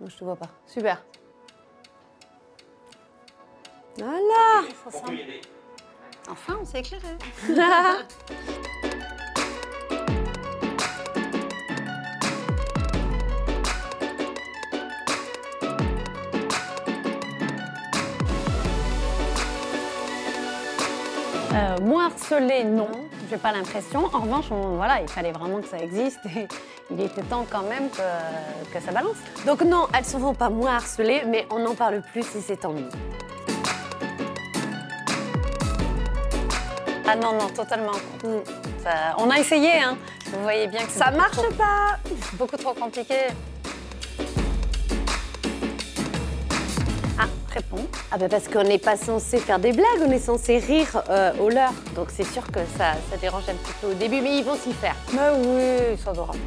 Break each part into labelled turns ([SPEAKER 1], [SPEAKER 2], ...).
[SPEAKER 1] Non, je te vois pas. Super. Voilà
[SPEAKER 2] Enfin, on s'est éclairé. Euh, moins harcelé, non, j'ai pas l'impression. En revanche, on- voilà, il fallait vraiment que ça existe et il était temps quand même que, que ça balance.
[SPEAKER 1] Donc non, elles ne se font pas moins harcelées, mais on en parle plus et c'est tant mieux.
[SPEAKER 2] Ah non, non, totalement. Mm. Ça- on a essayé, hein. Vous voyez bien que c'est
[SPEAKER 1] Ça
[SPEAKER 2] beaucoup
[SPEAKER 1] marche
[SPEAKER 2] trop-
[SPEAKER 1] pas
[SPEAKER 2] beaucoup trop compliqué. Ah, réponds.
[SPEAKER 1] Ah bah parce qu'on n'est pas censé faire des blagues, on est censé rire euh, au leur. Donc c'est sûr que ça, ça dérange un petit peu au début, mais ils vont s'y faire.
[SPEAKER 2] Mais oui, ils sont adorables.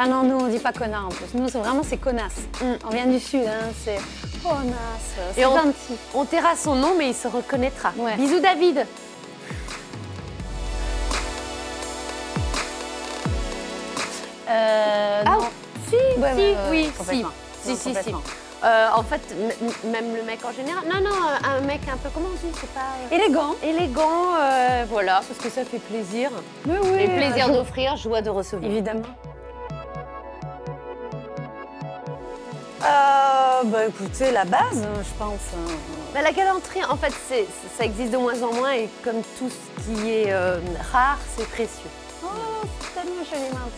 [SPEAKER 2] Ah non, nous, on dit pas connard en plus. Nous, c'est vraiment, c'est connasse. Mm, On vient du sud, hein. C'est
[SPEAKER 1] Oh,
[SPEAKER 2] connasse. C'est
[SPEAKER 1] Et on-
[SPEAKER 2] gentil.
[SPEAKER 1] On taira son nom, mais il se reconnaîtra.
[SPEAKER 2] Ouais.
[SPEAKER 1] Bisous David
[SPEAKER 2] Euh,
[SPEAKER 1] Ah,
[SPEAKER 2] non.
[SPEAKER 1] si,
[SPEAKER 2] Ouais,
[SPEAKER 1] si,
[SPEAKER 2] ouais, ouais,
[SPEAKER 1] oui, si.
[SPEAKER 2] euh, complètement.
[SPEAKER 1] Si,
[SPEAKER 2] Non,
[SPEAKER 1] si, si.
[SPEAKER 2] complètement.
[SPEAKER 1] Euh, en fait, m- m- même le mec en général. Non, non, un mec un peu, comment on dit C'est pas... euh,
[SPEAKER 2] Élégant.
[SPEAKER 1] Élégant, euh, voilà, parce que ça fait plaisir.
[SPEAKER 2] Mais oui.
[SPEAKER 1] Et plaisir d'offrir, joie de recevoir.
[SPEAKER 2] Évidemment. Euh, bah écoutez, la base, hein, je pense. hein.
[SPEAKER 1] Bah, la galanterie, en fait, c'est- c'est- ça existe de moins en moins et comme tout ce qui est euh, rare, c'est précieux.
[SPEAKER 2] Oh, c'est tellement joliment.